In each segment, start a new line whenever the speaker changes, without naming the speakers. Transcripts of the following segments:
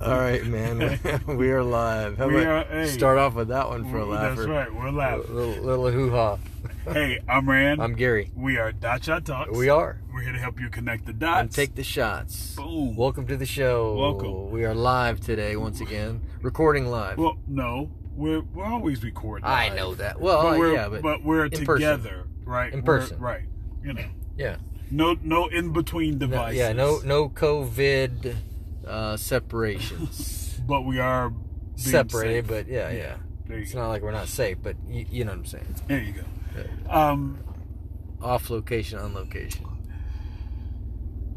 All right, man. we are live. How
We
about
are- hey.
start off with that one for a
Well,
laugh?
That's
or
right. We're
A
laughing.
little, little hoo-ha.
hey, I'm Rand.
I'm Gary.
we are Dot Shot Talks.
We are.
We're here to help you connect the
And
dots.
take the shots.
Boom.
Welcome to the show.
Welcome.
We are live today once again. Recording live.
well, no, we're we're always recording.
I
live.
know that. Well,
but we're
yeah, but,
we're
in person.
together, right?
In
We're-
person.
right? You know,
yeah.
no no in between
No-
devices.
yeah, no no COVID uh, separations.
But we are being
Separated, but
safe.
yeah, yeah.
There you
It's
go.
not like we're not safe, but you, you know what I'm saying.
There you go. Um,
Off location, on location.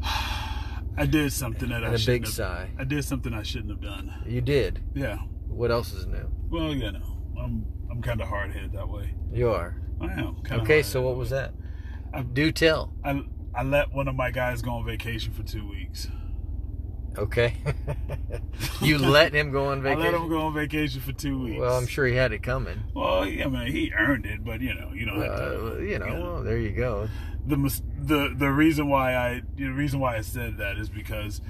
I did something that I
And a
shouldn't
big
have,
sigh.
I did something I shouldn't have done.
You did.
Yeah.
What else is new?
Well, you know, I'm I'm kind of hard headed that way.
You are.
I am. Kinda
Okay,
hard-headed
so
that
what
way.
was that?
I-
Do tell.
I I let one of my guys go on vacation for two weeks.
Okay. you let him go on vacation?
I let him go on vacation for two weeks.
Well, I'm sure he had it coming.
Well, yeah, I mean, he earned it, but you know, you don't have to.
Uh, you know, well, there you go.
the mis- the the reason why I the reason why I said that is because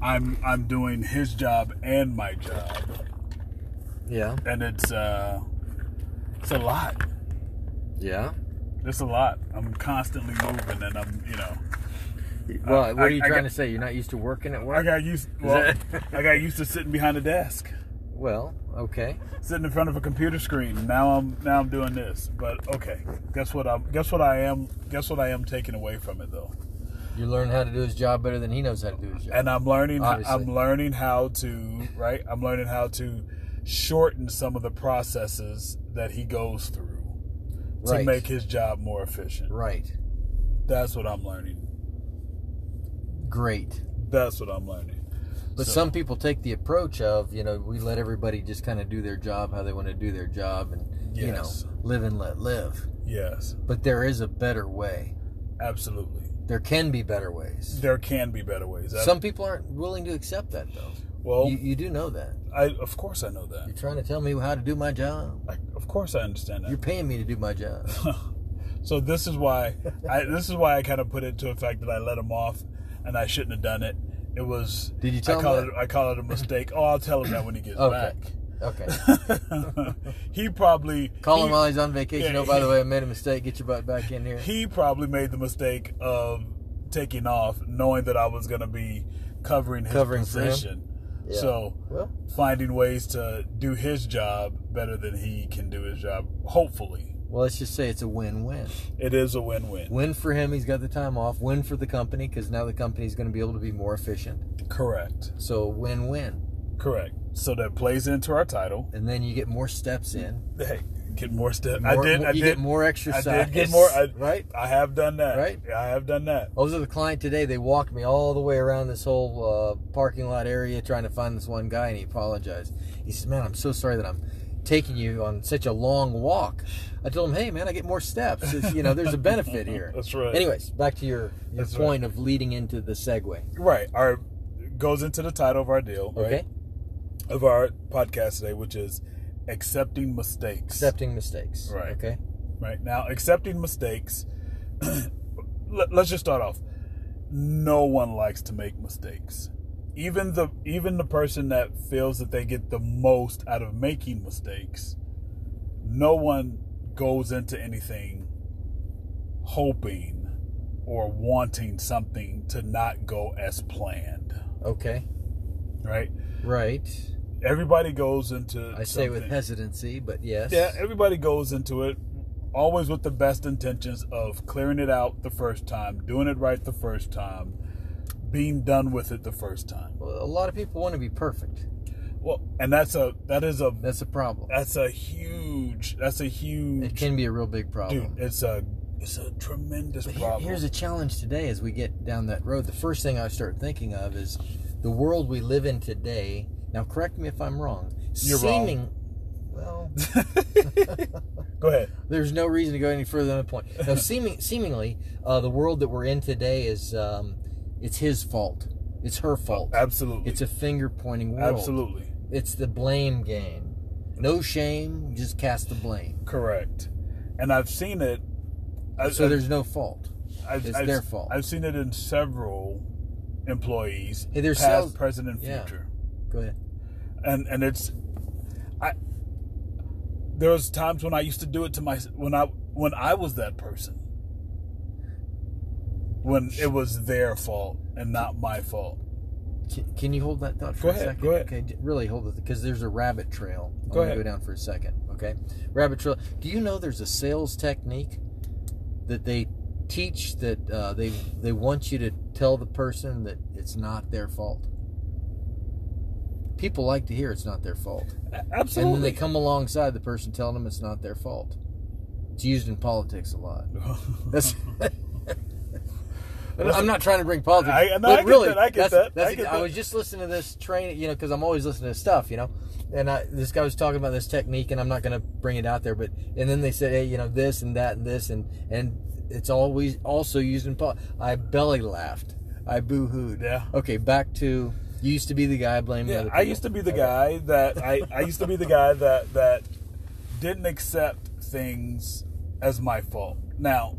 I'm I'm doing his job and my job,
Yeah.
and it's uh it's a lot. Uh,
Yeah.
It's a lot. I'm constantly moving, and I'm you know
Well,
I-
what are you
I
trying
got-
to say? You're not used to working at
I
work?
got used well
that-
I got used to sitting behind a desk.
Well, okay.
sitting in front of a computer screen. Now I'm now I'm doing this. But okay, guess what? I'm guess what I am. Guess what I am taking away from it though.
You learn how to do his job better than he knows how to do his job.
And I'm learning.
Obviously.
I'm learning how to right. I'm learning how to shorten some of the processes that he goes through to
right.
make his job more efficient.
Right.
That's what I'm learning.
Great.
That's what I'm learning.
But
So-
some people take the approach of, you know, we let everybody just kind of do their job how they want to do their job and, you know,
Yes.
live and let live.
Yes,
But there is a better way.
absolutely.
There can be better ways.
There can be better ways. I-
Some people aren't willing to accept that, though.
well,
you, you do know that.
I of course I know that.
You're trying to tell me how to do my job.
I, of course I understand that.
You're paying me to do my job.
So this is why I this is why I kind of put it to the fact that I let him off, and I shouldn't have done it. It was.
Did you tell
I
him
call
that?
it I call it a mistake. Oh, I'll tell him that when he gets
Okay. Okay.
back. he probably
Call
he,
him while he's on vacation.
Yeah,
oh, by the
he-
way, I made a mistake. Get your butt back in here.
He probably made the mistake of taking off, knowing that I was going to be covering his
Covering for him?
position.
Yeah.
So
Well,
finding ways to do his job better than he can do his job. Hopefully,
well, let's just say it's a win-win.
it is a win-win.
Win for him. He's got the time off. Win for the company because now the company's going to be able to be more efficient.
Correct.
So win-win.
Correct. So that plays into our title.
And then you get more steps in.
Hey, get more stuff. I
More-
did.
more-
I
you
did.
get more exercise.
I did get more. I,
right.
I have done that.
Right?
I have done that.
I was with a client today. They walked me all the way around this whole uh, parking lot area trying to find this one guy, and he apologized. He says, "Man, I'm so sorry that I'm taking you on such a long walk." I told him, "Hey, man, I get more steps. It's, you know, there's a benefit here."
That's right.
Anyways, back to your, your
That's
point of leading into the segue.
Right. Our goes into the title of our deal. Right.
Okay,
Of our podcast today, which is accepting mistakes.
accepting mistakes.
Right.
Okay.
Right now, accepting mistakes. let, let's just start off. No one likes to make mistakes. Even the even the person that feels that they get the most out of making mistakes, no one goes into anything hoping or wanting something to not go as planned,
Okay.
right?
Right.
Everybody goes into
I say with
something-
hesitancy, but yes.
yeah, everybody goes into it always with the best intentions of clearing it out the first time, doing it right the first time, being done with it the first time.
Well, a lot of people want to be perfect.
Well, and that's a that is a
That's a problem.
that's a huge that's a
It
huge
can be a real big problem.
dude. It's a it's a tremendous
But he-
problem.
here's a challenge today as we get down that road. The first thing I start thinking of is the world we live in today. Now, correct me if I'm wrong.
You're wrong.
seeming, Well,
Go ahead.
there's no reason to go any further than the point. Now, seeming, seemingly, uh, the world that we're in today is um, it's his fault. It's her fault.
Absolutely.
It's a finger pointing world.
absolutely
It's the blame game. No shame, just cast the blame.
correct. And I've seen it. I,
So there's no fault.
I've,
it's their fault.
I've seen it in several employees,
Hey, there's
past,
sales-
present, and
yeah.
future.
Go ahead.
and and it's i there was times when i used to do it to my when i when i was that person when it was their fault and not my fault
Can, can you hold that thought for
Go
a
ahead,
second?
go ahead.
Okay, j- really hold it because there's a rabbit trail. I'm
Go
gonna
ahead.
go down for a second. Okay, rabbit trail. Do you know there's a sales technique that they teach that uh, they they want you to tell the person that it's not their fault. People like to hear it's not their fault,
A-
and then they
absolutely
come alongside the person telling them it's not their fault. It's used in politics a lot. That's. I'm not trying to bring politics.
I- no,
but
I get
really,
that, I
that's-
get that,
that's-
I get
was just listening to this train, you know, because I'm always listening to stuff, you know. And I, this guy was talking about this technique, and I'm not going to bring it out there, but and then they said, hey, you know, this and that and this and and it's always also used in. pol- I belly laughed. I boo hooed.
Yeah.
Okay, back to you used to be the guy blaming.
yeah
other
i
people.
used to be the
Okay.
guy that i i used to be the guy that that didn't accept things as my fault now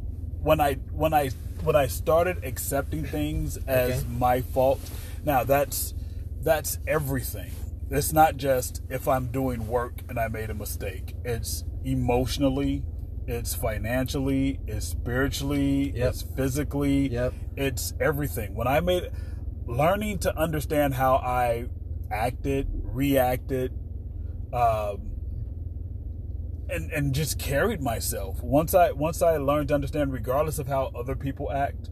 when i when i when i started accepting things as
Okay.
my fault now that's that's everything it's not just if i'm doing work and i made a mistake it's emotionally it's financially it's spiritually
Yep.
it's physically
Yep.
it's everything. When I made learning to understand how I acted, reacted, um, and and just carried myself. Once I once I learned to understand, regardless of how other people act,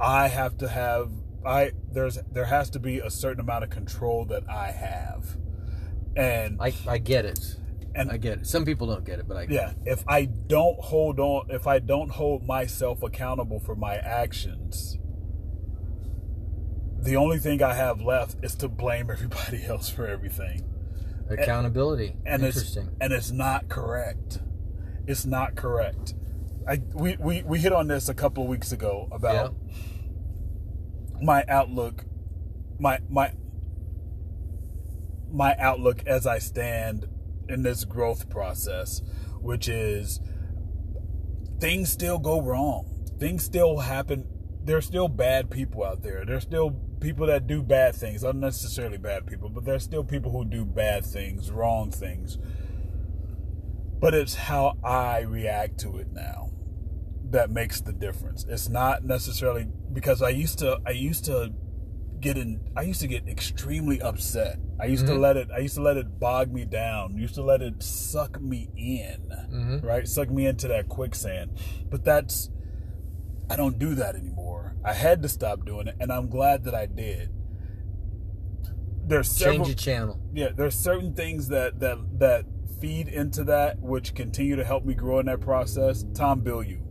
I have to have I there's there has to be a certain amount of control that I have, and
I, I get it.
and
I get it. Some people don't get it, but I get
yeah if i don't hold on if i don't hold myself accountable for my actions the only thing i have left is to blame everybody else for everything
it. Accountability.
and it's
Interesting.
and it's not correct it's not correct I, we, we, we hit on this a couple of weeks ago
Yeah.
about my outlook my my my outlook as I stand in this growth process, which is things still go wrong. Things still happen. There's still bad people out there. There's still people that do bad things, unnecessarily bad people, but there's still people who do bad things, wrong things. But it's how I react to it now that makes the difference. It's not necessarily because I used to I used to get in I used to get extremely upset. I used to
Mhm.
let it I used to let it bog me down. used to let it suck me in.
Mhm.
Right? Suck me into that quicksand. But that's I don't do that anymore. I had to stop doing it and I'm glad that I did. There's several
Change the channel.
yeah there's certain things that that that feed into that which continue to help me grow in that process tom bill you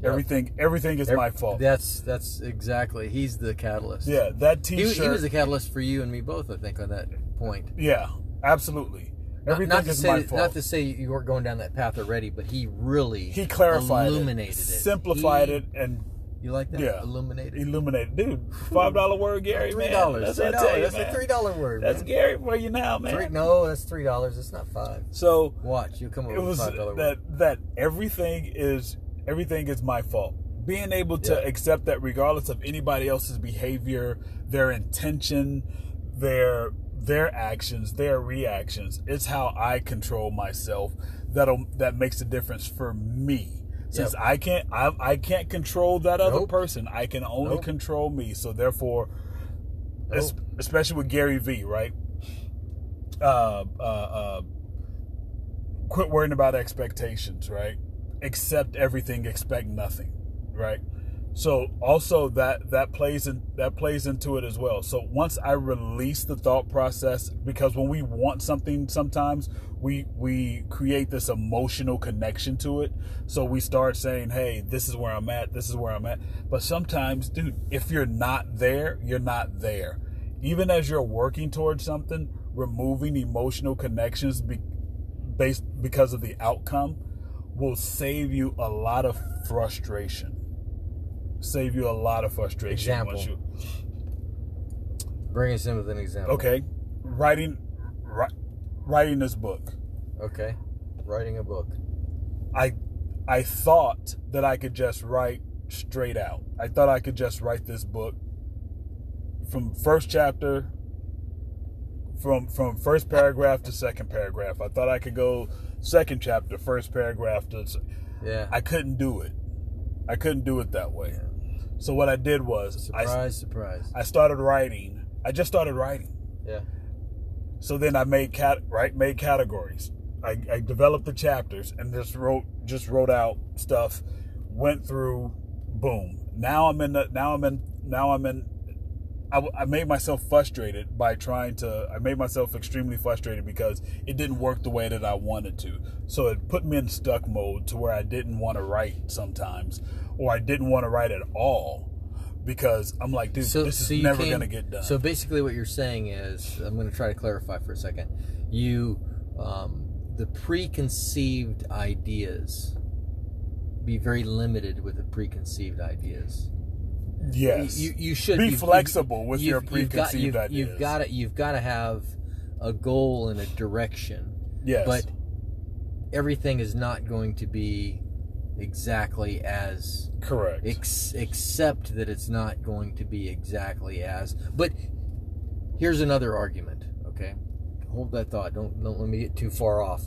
Yeah.
everything everything is
Ev-
my fault
That's that's exactly. He's the catalyst.
yeah that
He,
t-shirt
was- he was the catalyst for you and me both. I think on that point.
yeah absolutely
Not,
everything
not to
is
say
my
that-
fault
not to say you weren't going down that path already, but he really
he clarified
illuminated it,
simplified
He-
it and
You like that?
Yeah.
Illuminated.
illuminated dude five dollar word gary
Three
man.
dollars.
that's
Three
what I tell you,
dollars. That's
man.
a three dollar word.
that's
man.
gary for you now
Three,
man
no, that's three dollars. It's not five.
so
Watch, you'll come up
it
with a
was
five dollar
that
word.
that everything is everything is my fault. Being able to
Yeah.
accept that regardless of anybody else's behavior, their intention, their their actions, their reactions, it's how I control myself that'll that makes a difference for me. Since
Yep.
I can't I, I can't control that other
Nope.
person. I can only
Nope.
control me. So therefore es-
Nope.
especially with Gary V, right? Uh, uh, uh, quit worrying about expectations, right? Accept everything, expect nothing, right? So also that that plays in that plays into it as well. So once I release the thought process, because when we want something, sometimes we we create this emotional connection to it. So we start saying, "Hey, this is where I'm at. This is where I'm at." But sometimes, dude, if you're not there, you're not there. Even as you're working towards something, removing emotional connections be, based because of the outcome will save you a lot of frustration. Save you a lot of frustration. once
Example.
you-
Bring us in with an example.
okay, writing, ri- writing this book.
Okay. Writing a book.
I, I thought that I could just write straight out. I thought I could just write this book from first chapter from from first paragraph to second paragraph. I thought I could go second chapter, first paragraph to s-
Yeah.
I couldn't do it. I couldn't do it that way. So what I did was I
surprise, surprise.
I started writing. I just started writing.
Yeah.
So then I made cat right made categories. I, I developed the chapters and just wrote just wrote out stuff. Went through, boom. Now I'm in the now I'm in now I'm in. I, w- I made myself frustrated by trying to. I made myself extremely frustrated because it didn't work the way that I wanted to. So it put me in stuck mode to where I didn't want to write sometimes, or I didn't want to write at all because I'm like, dude, this is
you
never
came-
gonna get done.
So basically, what you're saying is, I'm going to try to clarify for a second. You, um, the preconceived ideas, be very limited with the preconceived ideas.
yes,
You, you should
Be
you've-
flexible with your preconceived
you've got, you've,
ideas.
You've got to you've got to have a goal and a direction,
yes,
but everything is not going to be exactly as
correct.
ex- except that it's not going to be exactly as. But here's another argument. Okay, hold that thought. Don't don't let me get too far off.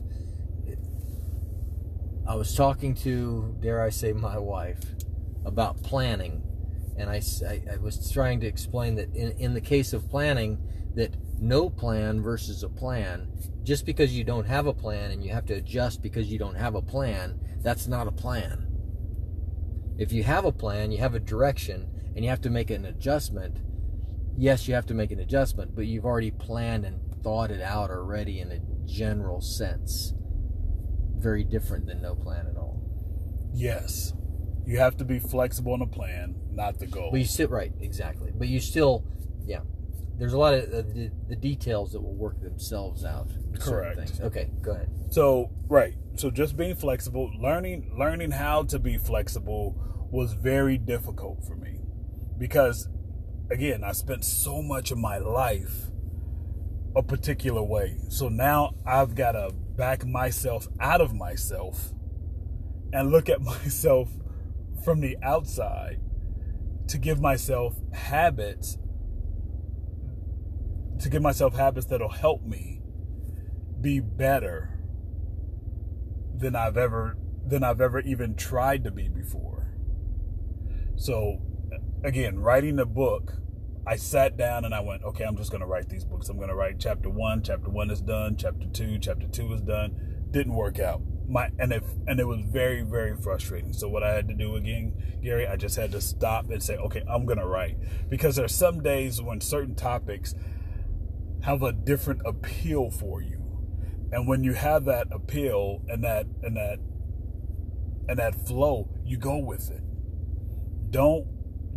I was talking to, dare I say, my wife about planning, and I, s- I- I was trying to explain that in, in the case of planning, that no plan versus a plan, just because you don't have a plan and you have to adjust because you don't have a plan, that's not a plan. If you have a plan, you have a direction, and you have to make an adjustment, yes, you have to make an adjustment, but you've already planned and thought it out already in a general sense. Very different than no plan at all.
Yes. You have to be flexible in the plan, not the goal.
But you sit right, exactly. But you still, yeah. There's a lot of uh, the, the details that will work themselves out. with certain
Correct.
Things. Okay, go ahead.
So, right. So just being flexible, learning learning how to be flexible was very difficult for me. Because again, I spent so much of my life a particular way. So now I've got to back myself out of myself and look at myself from the outside to give myself habits to give myself habits that'll help me be better than I've ever than I've ever even tried to be before. So again, writing the book, I sat down and I went, okay, I'm just going to write these books. I'm going to write chapter 1, chapter 1 is done, chapter 2, chapter 2 is done. Didn't work out. My and if and it was very very frustrating. So what I had to do again, Gary, I just had to stop and say, okay, I'm going to write because there's some days when certain topics have a different appeal for you. And when you have that appeal and that and that and that flow, you go with it. Don't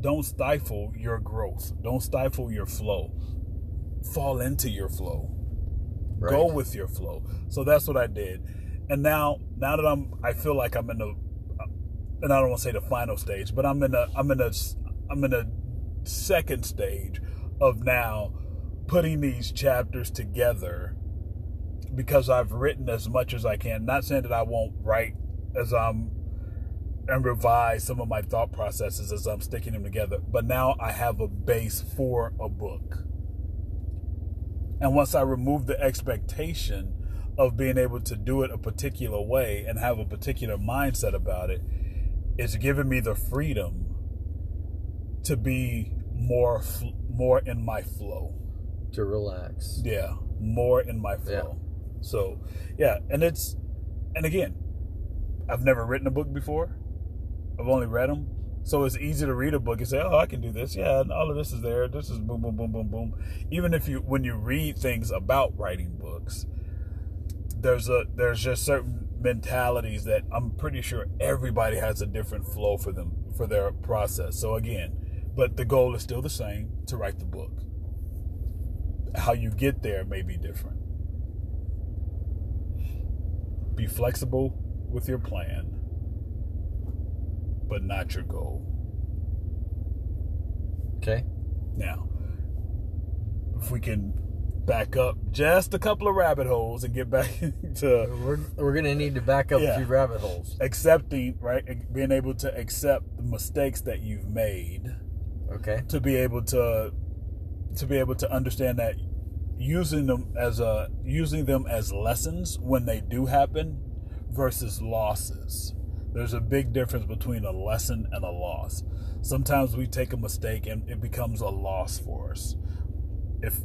don't stifle your growth. Don't stifle your flow. Fall into your flow.
Right.
Go with your flow. So that's what I did. And now now that I'm I feel like I'm in the and I don't want to say the final stage, but I'm in a I'm in a I'm in a second stage of now putting these chapters together because I've written as much as I can. Not saying that I won't write as I'm and revise some of my thought processes as I'm sticking them together, but now I have a base for a book. And once I remove the expectation of being able to do it a particular way and have a particular mindset about it, it's given me the freedom to be more fl- more in my flow.
To relax.
Yeah, more in my flow. So, yeah, and it's and again, I've never written a book before. I've only read them, so it's easy to read a book and say, "Oh, I can do this." Yeah, and all of this is there. This is boom, boom, boom, boom, boom. Even if you when you read things about writing books, there's a there's just certain mentalities that I'm pretty sure everybody has a different flow for them for their process. So again, but the goal is still the same to write the book. How you get there may be different. Be flexible with your plan, but not your goal.
Okay.
Now, if we can back up just a couple of rabbit holes and get back to
We're, we're going to need to back up
Uh, Yeah.
a few rabbit holes.
accepting, right? Being able to accept the mistakes that you've made
Okay.
to be able to to be able to understand that using them as a using them as lessons when they do happen versus losses. There's a big difference between a lesson and a loss. Sometimes we take a mistake and it becomes a loss for us. If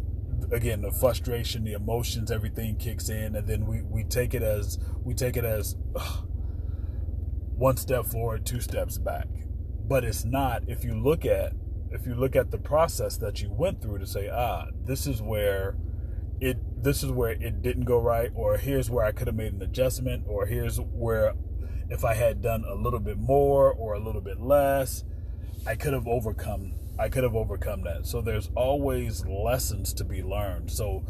again the frustration, the emotions, everything kicks in and then we, we take it as we take it as ugh, one step forward, two steps back. But it's not if you look at if you look at the process that you went through to say, ah, this is where it this is where it didn't go right, or here's where I could have made an adjustment, or here's where if I had done a little bit more or a little bit less, I could have overcome I could have overcome that. So there's always lessons to be learned. So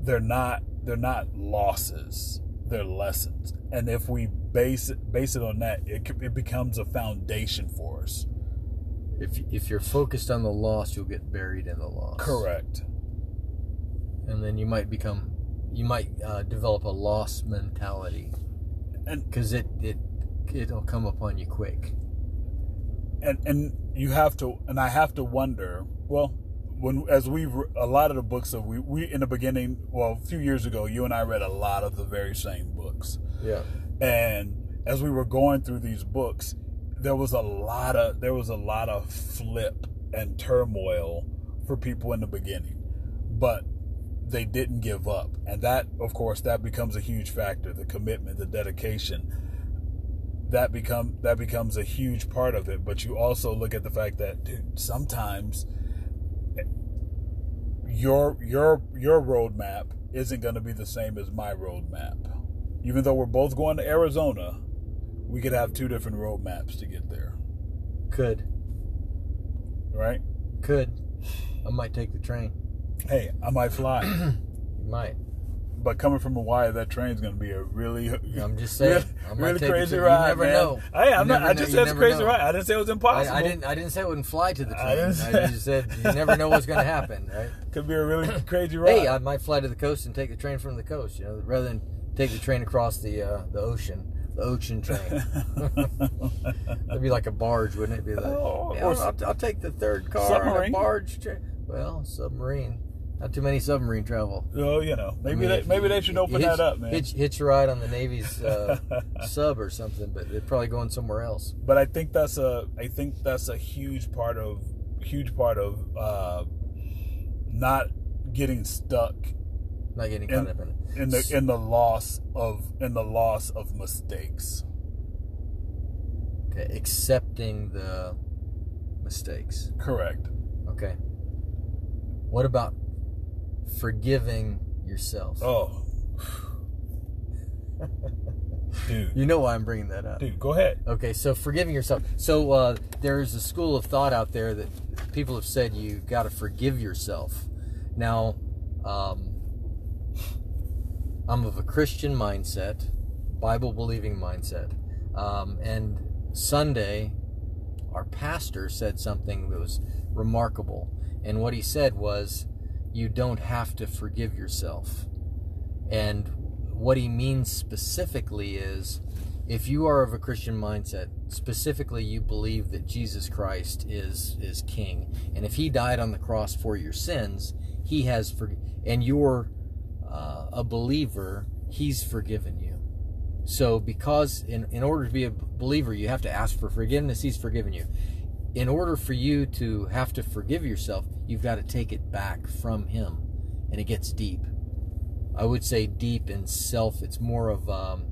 they're not they're not losses. They're lessons. And if we base it, base it on that, it, it becomes a foundation for us.
If if you're focused on the loss, you'll get buried in the loss.
Correct.
And then you might become, you might uh, develop a loss mentality,
And
because it it it'll come upon you quick.
and and you have to and I have to wonder. Well, when as we've re- a lot of the books that we we in the beginning, well, a few years ago, you and I read a lot of the very same books.
Yeah.
and as we were going through these books there was a lot of there was a lot of flip and turmoil for people in the beginning but they didn't give up and that of course that becomes a huge factor the commitment the dedication that become that becomes a huge part of it but you also look at the fact that dude, sometimes your your your roadmap isn't going to be the same as my roadmap. Even though we're both going to Arizona, we could have two different roadmaps to get there,
Could
right?
could, I might take the train.
Hey, I might fly,
You might.
but coming from Hawaii, that train's going to be a really
I'm just saying. I might
really
take it
crazy
to- you
ride,
never
man.
know.
Hey,
You
I'm not.
never
I
know-
just
you
said it's
never
crazy
know.
ride. I didn't say it was
I,
impossible.
I didn't. I didn't say I wouldn't fly to the
I
train.
didn't
I,
say-
just said you never know what's going to happen, right?
Could be a really crazy ride.
Hey, I might fly to the coast and take the train from the coast. You know, rather than take the train across the uh, the ocean, the ocean train. That'd be like a barge, wouldn't it? Be like,
Oh,
yeah,
or
I'll, I'll take the third car on a
submarine.
barge train. Well, submarine. Not too many submarine travel.
oh, you know,
I
maybe
mean,
they,
if
maybe
you-
they should
you
open
hitch-
that up, man.
Hitch, hitch a ride on the Navy's uh, sub or something, but they're probably going somewhere else.
but I think that's a I think that's a huge part of huge part of uh, not getting stuck
Not getting
And-
caught up in it.
in the in the loss of in the loss of mistakes.
Okay, accepting the mistakes.
Correct.
Okay. What about forgiving yourself?
Oh, dude,
You know why I'm bringing that up.
dude, go ahead.
Okay, so forgiving yourself. So uh, there is a school of thought out there that people have said you got to forgive yourself. Now, um, I'm of a Christian mindset, Bible believing mindset, um, and Sunday, our pastor said something that was remarkable, and what he said was, "You don't have to forgive yourself." And what he means specifically is if you are of a Christian mindset, specifically you believe that Jesus Christ is is king and if he died on the cross for your sins, he has for and you're uh, a believer, he's forgiven you. So because in in order to be a believer, you have to ask for forgiveness, he's forgiven you. In order for you to have to forgive yourself, you've got to take it back from him and it gets deep. I would say deep in self. It's more of um,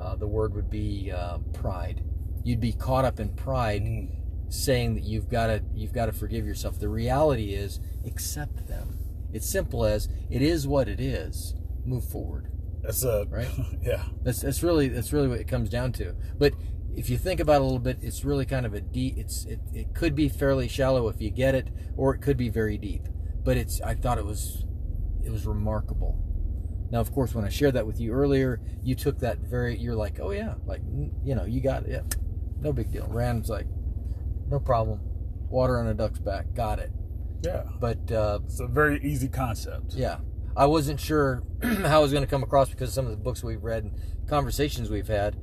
uh, the word would be uh, pride. You'd be caught up in pride,
Mm.
saying that you've got to you've got to forgive yourself. The reality is, accept them. It's simple as it is what it is. Move forward.
That's a
Right.
yeah.
That's that's really that's really what it comes down to. But if you think about it a little bit, it's really kind of a deep. It's it, it could be fairly shallow if you get it, or it could be very deep. But it's I thought it was it was remarkable. Now, of course, when I shared that with you earlier, you took that very. You're like, oh yeah, like mm, you know, you got it. Yeah, no big deal. Rand's like, no problem. Water on a duck's back. Got it.
Yeah.
But uh,
It's a very easy concept.
yeah. I wasn't sure how it was going to come across because some of the books we've read and conversations we've had.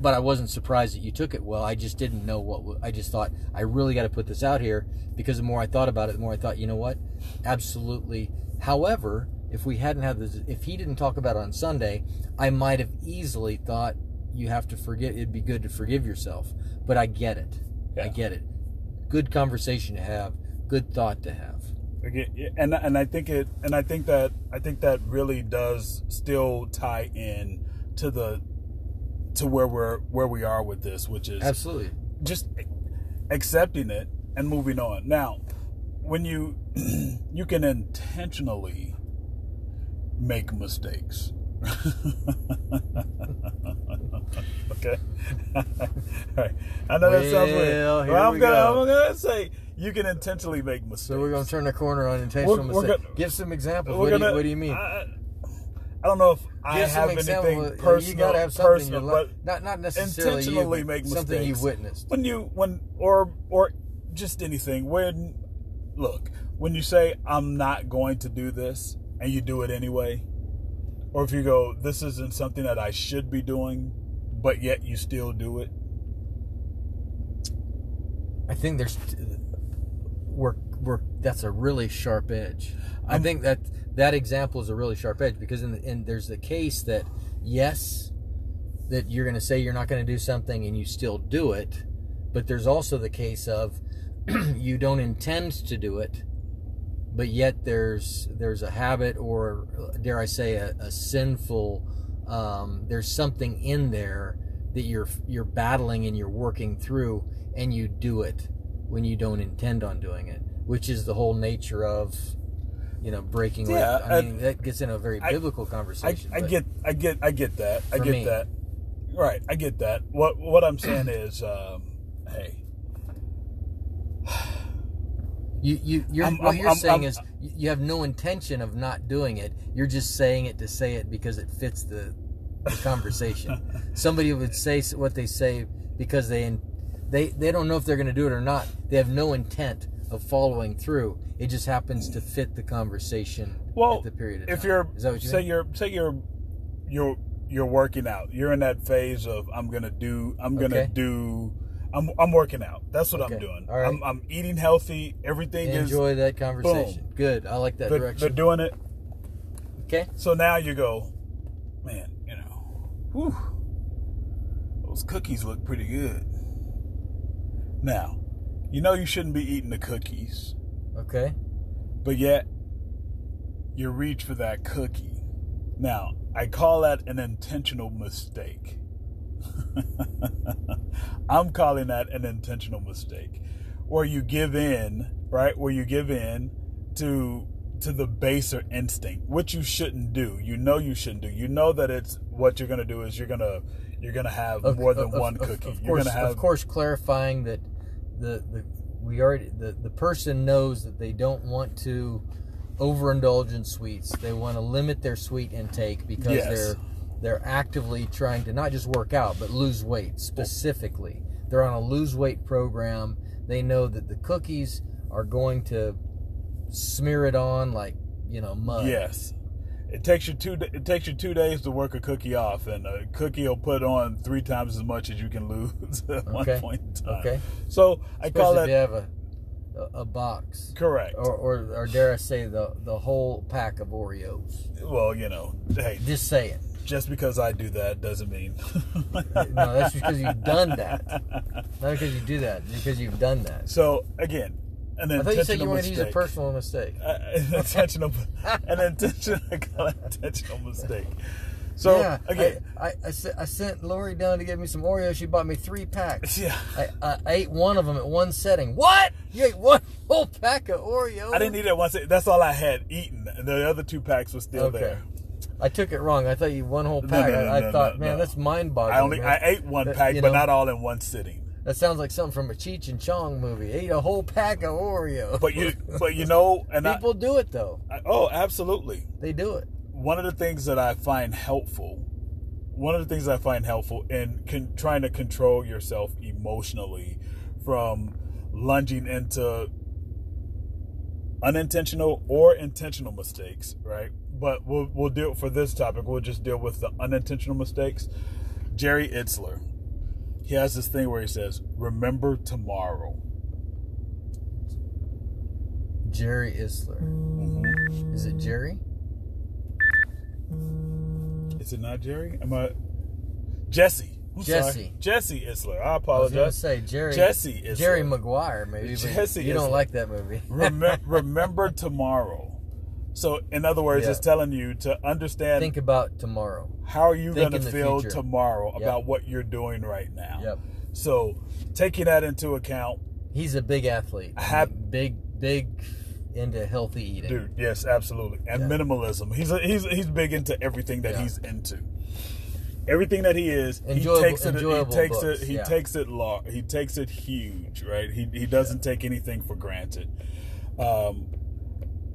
but I wasn't surprised that you took it well. I just didn't know what. w- I just thought I really got to put this out here because the more I thought about it, the more I thought, you know what, absolutely. However, if we hadn't had this, if he didn't talk about it on Sunday, I might have easily thought you have to forgive. It'd be good to forgive yourself. But I get it. I
Yeah.
get it. Good conversation to have. Good thought to have.
Again, yeah, and and I think it and I think that I think that really does still tie in to the to where we're where we are with this, which is
Absolutely.
just accepting it and moving on. Now, when you you can intentionally make mistakes. okay. All right. I know that sounds weird.
Well, here
but I'm
we
gonna
go.
I'm gonna say you can intentionally make mistakes.
So we're going to turn the corner on intentional
We're- we're
mistake.
gonna-
Give some examples.
We're
What, do you,
gonna-
what do you mean?
I, I don't know if I
Give some
have
example
anything
of-
personal.
You gotta have something
personal,
in your life.
but
Not not necessarily
intentionally
you, but
make
something
mistakes.
you witnessed.
when you when or or just anything when look when you say i'm not going to do this and you do it anyway or if you go this isn't something that i should be doing but yet you still do it
I think there's we're we're that's a really sharp edge. I
Um,
think that that example is a really sharp edge because in the, in there's the case that yes that you're going to say you're not going to do something and you still do it, but there's also the case of you don't intend to do it, but yet there's there's a habit or dare I say a, a sinful um, there's something in there that you're you're battling and you're working through and you do it when you don't intend on doing it, which is the whole nature of you know breaking.
Yeah,
with, I mean
I-
that gets into a very
I-
biblical
I,
conversation.
I
but-
get I get I get that. I
For
get
me.
that. Right, I get that. What what I'm saying is um hey,
You, you, you're,
I'm-
what
I'm-
you're
I'm-
saying
I'm-
is you you have no intention of not doing it. You're just saying it to say it because it fits the, the conversation. Somebody would say s- what they say because they, they, they don't know if they're going to do it or not. They have no intent of following through. It just happens to fit the conversation
well,
at the period of
Oh, if
time.
you're
is that what you
say
mean?
you're say you're you're you're working out. You're in that phase of I'm gonna do. I'm gonna
Okay.
do. I'm I'm working out. That's what
Okay.
I'm doing.
All right.
I'm, I'm eating healthy. Everything
Enjoy that conversation. Good. I like that
is. They're, they're
direction.
doing it.
okay.
So now you go, man. You know, whew, those cookies look pretty good. Now, you know you shouldn't be eating the cookies,
Okay.
but yet you reach for that cookie. Now, I call that an intentional mistake. I'm calling that an intentional mistake. Where you give in, right? Where you give in to to the baser instinct, which you shouldn't do. You know you shouldn't do. You know that it's what you're gonna do is you're gonna you're gonna have
Of-
more than
of-
one
of-
cookie.
Of
you're
course,
gonna have
of course, clarifying that the, the we already the, the person knows that they don't want to overindulge in sweets. They want to limit their sweet intake because
Yes.
they're they're actively trying to not just work out but lose weight specifically. They're on a lose weight program. They know that the cookies are going to smear it on like you know mud.
Yes. It takes you two. It takes you two days to work a cookie off, and a cookie will put on three times as much as you can lose at
Okay.
one point in time.
Okay.
So I
Especially
call
if
that
you have a a, a Oh. box.
correct.
or, or, or dare I say the the whole pack of Oreos.
Well, you know, hey,
Just say it.
just because I do that doesn't mean.
No, that's because you've done that. Not because you do that. Because you've done that.
so again, an
I thought you said you
intentional
wanted to use a
mistake.
personal mistake.
Uh, an intentional, an intentional, I call it intentional mistake. So
yeah,
again,
I, I, I se- I sent Lori down to get me some Oreos. She bought me three packs.
yeah.
I, I ate one of them at one setting. What? You ate one whole pack of Oreos?
I didn't eat it once. That's all I had eaten. The other two packs were still
Okay.
there.
I took it wrong. I thought you ate one whole
No,
pack.
no, no,
I, I
no,
thought,
no,
man,
no.
that's mind boggling.
I only I ate one pack, but not all in one sitting.
That sounds like something from a Cheech and Chong movie. Ate a whole pack of Oreos.
But you but you know, and I,
People do it though.
I oh absolutely.
They do it.
One of the things that I find helpful, one of the things I find helpful in con, trying to control yourself emotionally from lunging into unintentional or intentional mistakes, right? But we'll we'll deal for this topic. We'll just deal with the unintentional mistakes. Jerry Itzler. he has this thing where he says, "Remember tomorrow."
Jerry Isler. Is it Jerry?
Is it not Jerry? Am I Jesse? I'm
Jesse.
Sorry. Jesse Isler.
I was
I
gonna
apologize.
say Jerry.
Jesse Isler.
Jerry Maguire, maybe. but
Jesse
you don't
Isler.
like that movie.
Remem- remember tomorrow. So, in other words,
Yeah.
it's telling you to understand
Think about tomorrow.
how are you
think
going to
in the
feel
future.
tomorrow
Yep.
about what you're doing right now.
Yep.
So, taking that into account,
He's a big athlete. I mean,
Hap-
big, big into healthy eating.
dude, yes, absolutely, and
Yeah.
minimalism. He's a, he's he's big into everything that
Yeah.
he's into. Everything that he is,
Enjoyable-
he takes it. He
enjoyable
takes
books,
it. He
yeah.
takes it. Long, he takes it huge, right? He he doesn't take anything for granted. Um,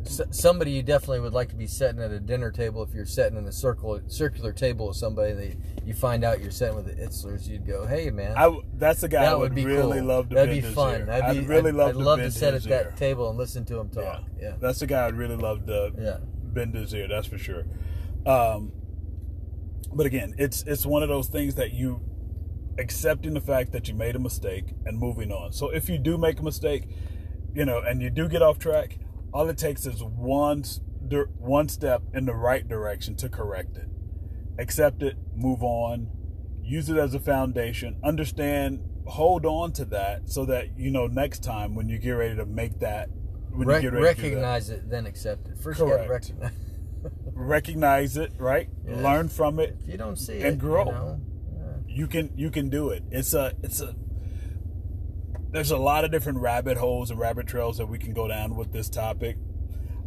S- somebody you definitely would like to be sitting at a dinner table if you're sitting in a circle, circular table with somebody that you find out you're sitting with the Itzlers, you'd go, hey, man.
I w- that's the guy I
that
would,
would be
really
cool.
love to
That'd
bend
be
his
fun.
ear.
That'd be,
I'd really
I'd,
love
I'd
to
love
bend
to sit
his
at that
ear.
table and listen to him
Yeah.
talk. Yeah.
That's the guy I'd really love to
Yeah.
bend his ear, that's for sure. Um, but again, it's it's one of those things that you accepting the fact that you made a mistake and moving on. So if you do make a mistake, you know, and you do get off track, all it takes is one s- dir- one step in the right direction to correct it. Accept it, move on, use it as a foundation, understand, hold on to that so that you know next time when you get ready to make that when
Rec-
you get ready to do that,
recognize it, then accept it. First, you got to
Correct.
recognize.
recognize it, right?
Yes.
Learn from it,
If you don't see it,
And grow.
You know, yeah.
you can you can do it it's a it's a there's a lot of different rabbit holes and rabbit trails that we can go down with this topic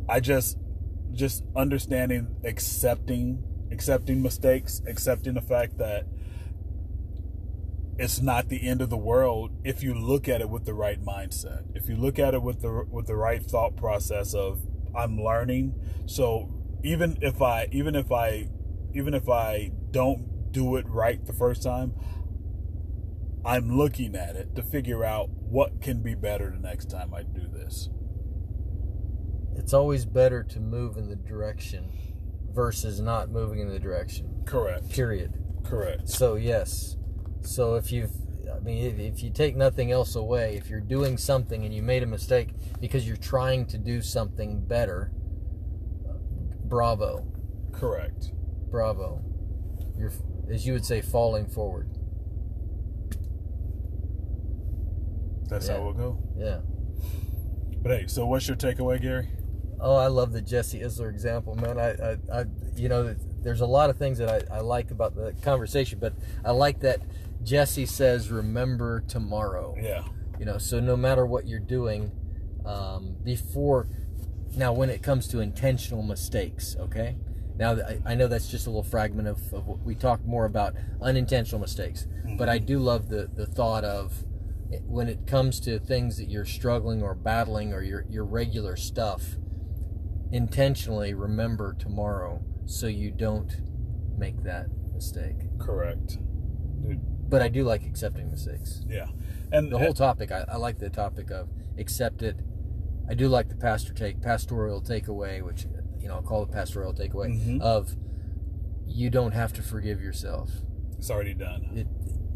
i just just understanding accepting accepting mistakes accepting the fact that it's not the end of the world if you look at it with the right mindset if you look at it with the with the right thought process of i'm learning so even if i even if i even if i don't do it right the first time i'm looking at it to figure out what can be better the next time i do this
it's always better to move in the direction versus not moving in the direction.
correct
Period.
correct
So yes. So if you've, I mean, if, if you take nothing else away, if you're doing something and you made a mistake because you're trying to do something better, bravo,
correct
bravo. You're, as you would say, falling forward.
that's
Yeah.
how we'll go
Yeah.
but hey so what's your takeaway gary
Oh, I love the Jesse Isler example, man. I, I, I you know, there's a lot of things that I, I like about the conversation, but I like that Jesse says, "Remember tomorrow."
yeah
You know, so no matter what you're doing, um, before now, when it comes to intentional mistakes, okay. Now, I, I know that's just a little fragment of, of what we talked more about unintentional mistakes, but I do love the the thought of eh, when it comes to things that you're struggling or battling or your your regular stuff intentionally remember tomorrow so you don't make that mistake.
correct
But I do like accepting mistakes.
yeah and
The whole topic, I, I like the topic of accept it. I do like the pastor take pastoral takeaway, which you know I'll call it pastoral takeaway
Mhm.
of you don't have to forgive yourself.
it's already done
It,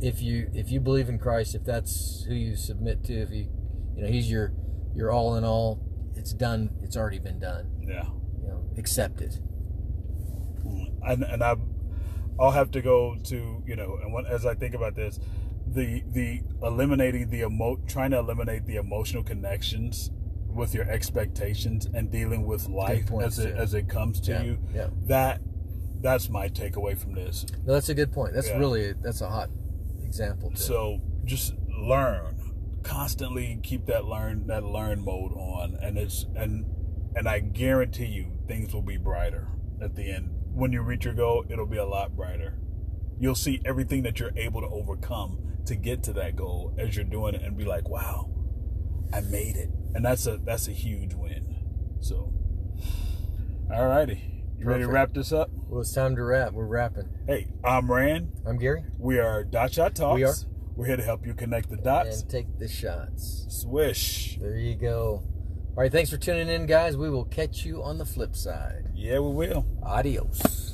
if you if you believe in Christ, if that's who you submit to, if you you know He's your your all in all, it's done. It's already been done.
yeah
You know, accept it.
and and I, I'll have to go to you know, and when, as I think about this, the the eliminating the emo, trying to eliminate the emotional connections with your expectations and dealing with life
point,
as it
too.
as it comes to
Yeah,
you.
yeah.
That that's my takeaway from this.
No, that's a good point. That's
Yeah.
really that's a hot example. Too.
So just learn, constantly keep that learn that learn mode on, and it's and and I guarantee you things will be brighter at the end. When you reach your goal, it'll be a lot brighter. You'll see everything that you're able to overcome to get to that goal as you're doing it, and be like, "Wow, I made it!" And that's a that's a huge win. So, all righty, you ready to
Perfect.
wrap this up?
well, it's time to wrap. We're wrapping.
Hey, I'm Rand.
I'm Gary,
We are Dot Shot Talks.
We are.
We're here to help you connect the dots.
and take the shots.
Swish.
There you go. All right, thanks for tuning in, guys. We will catch you on the flip side.
Yeah, we will.
Adios.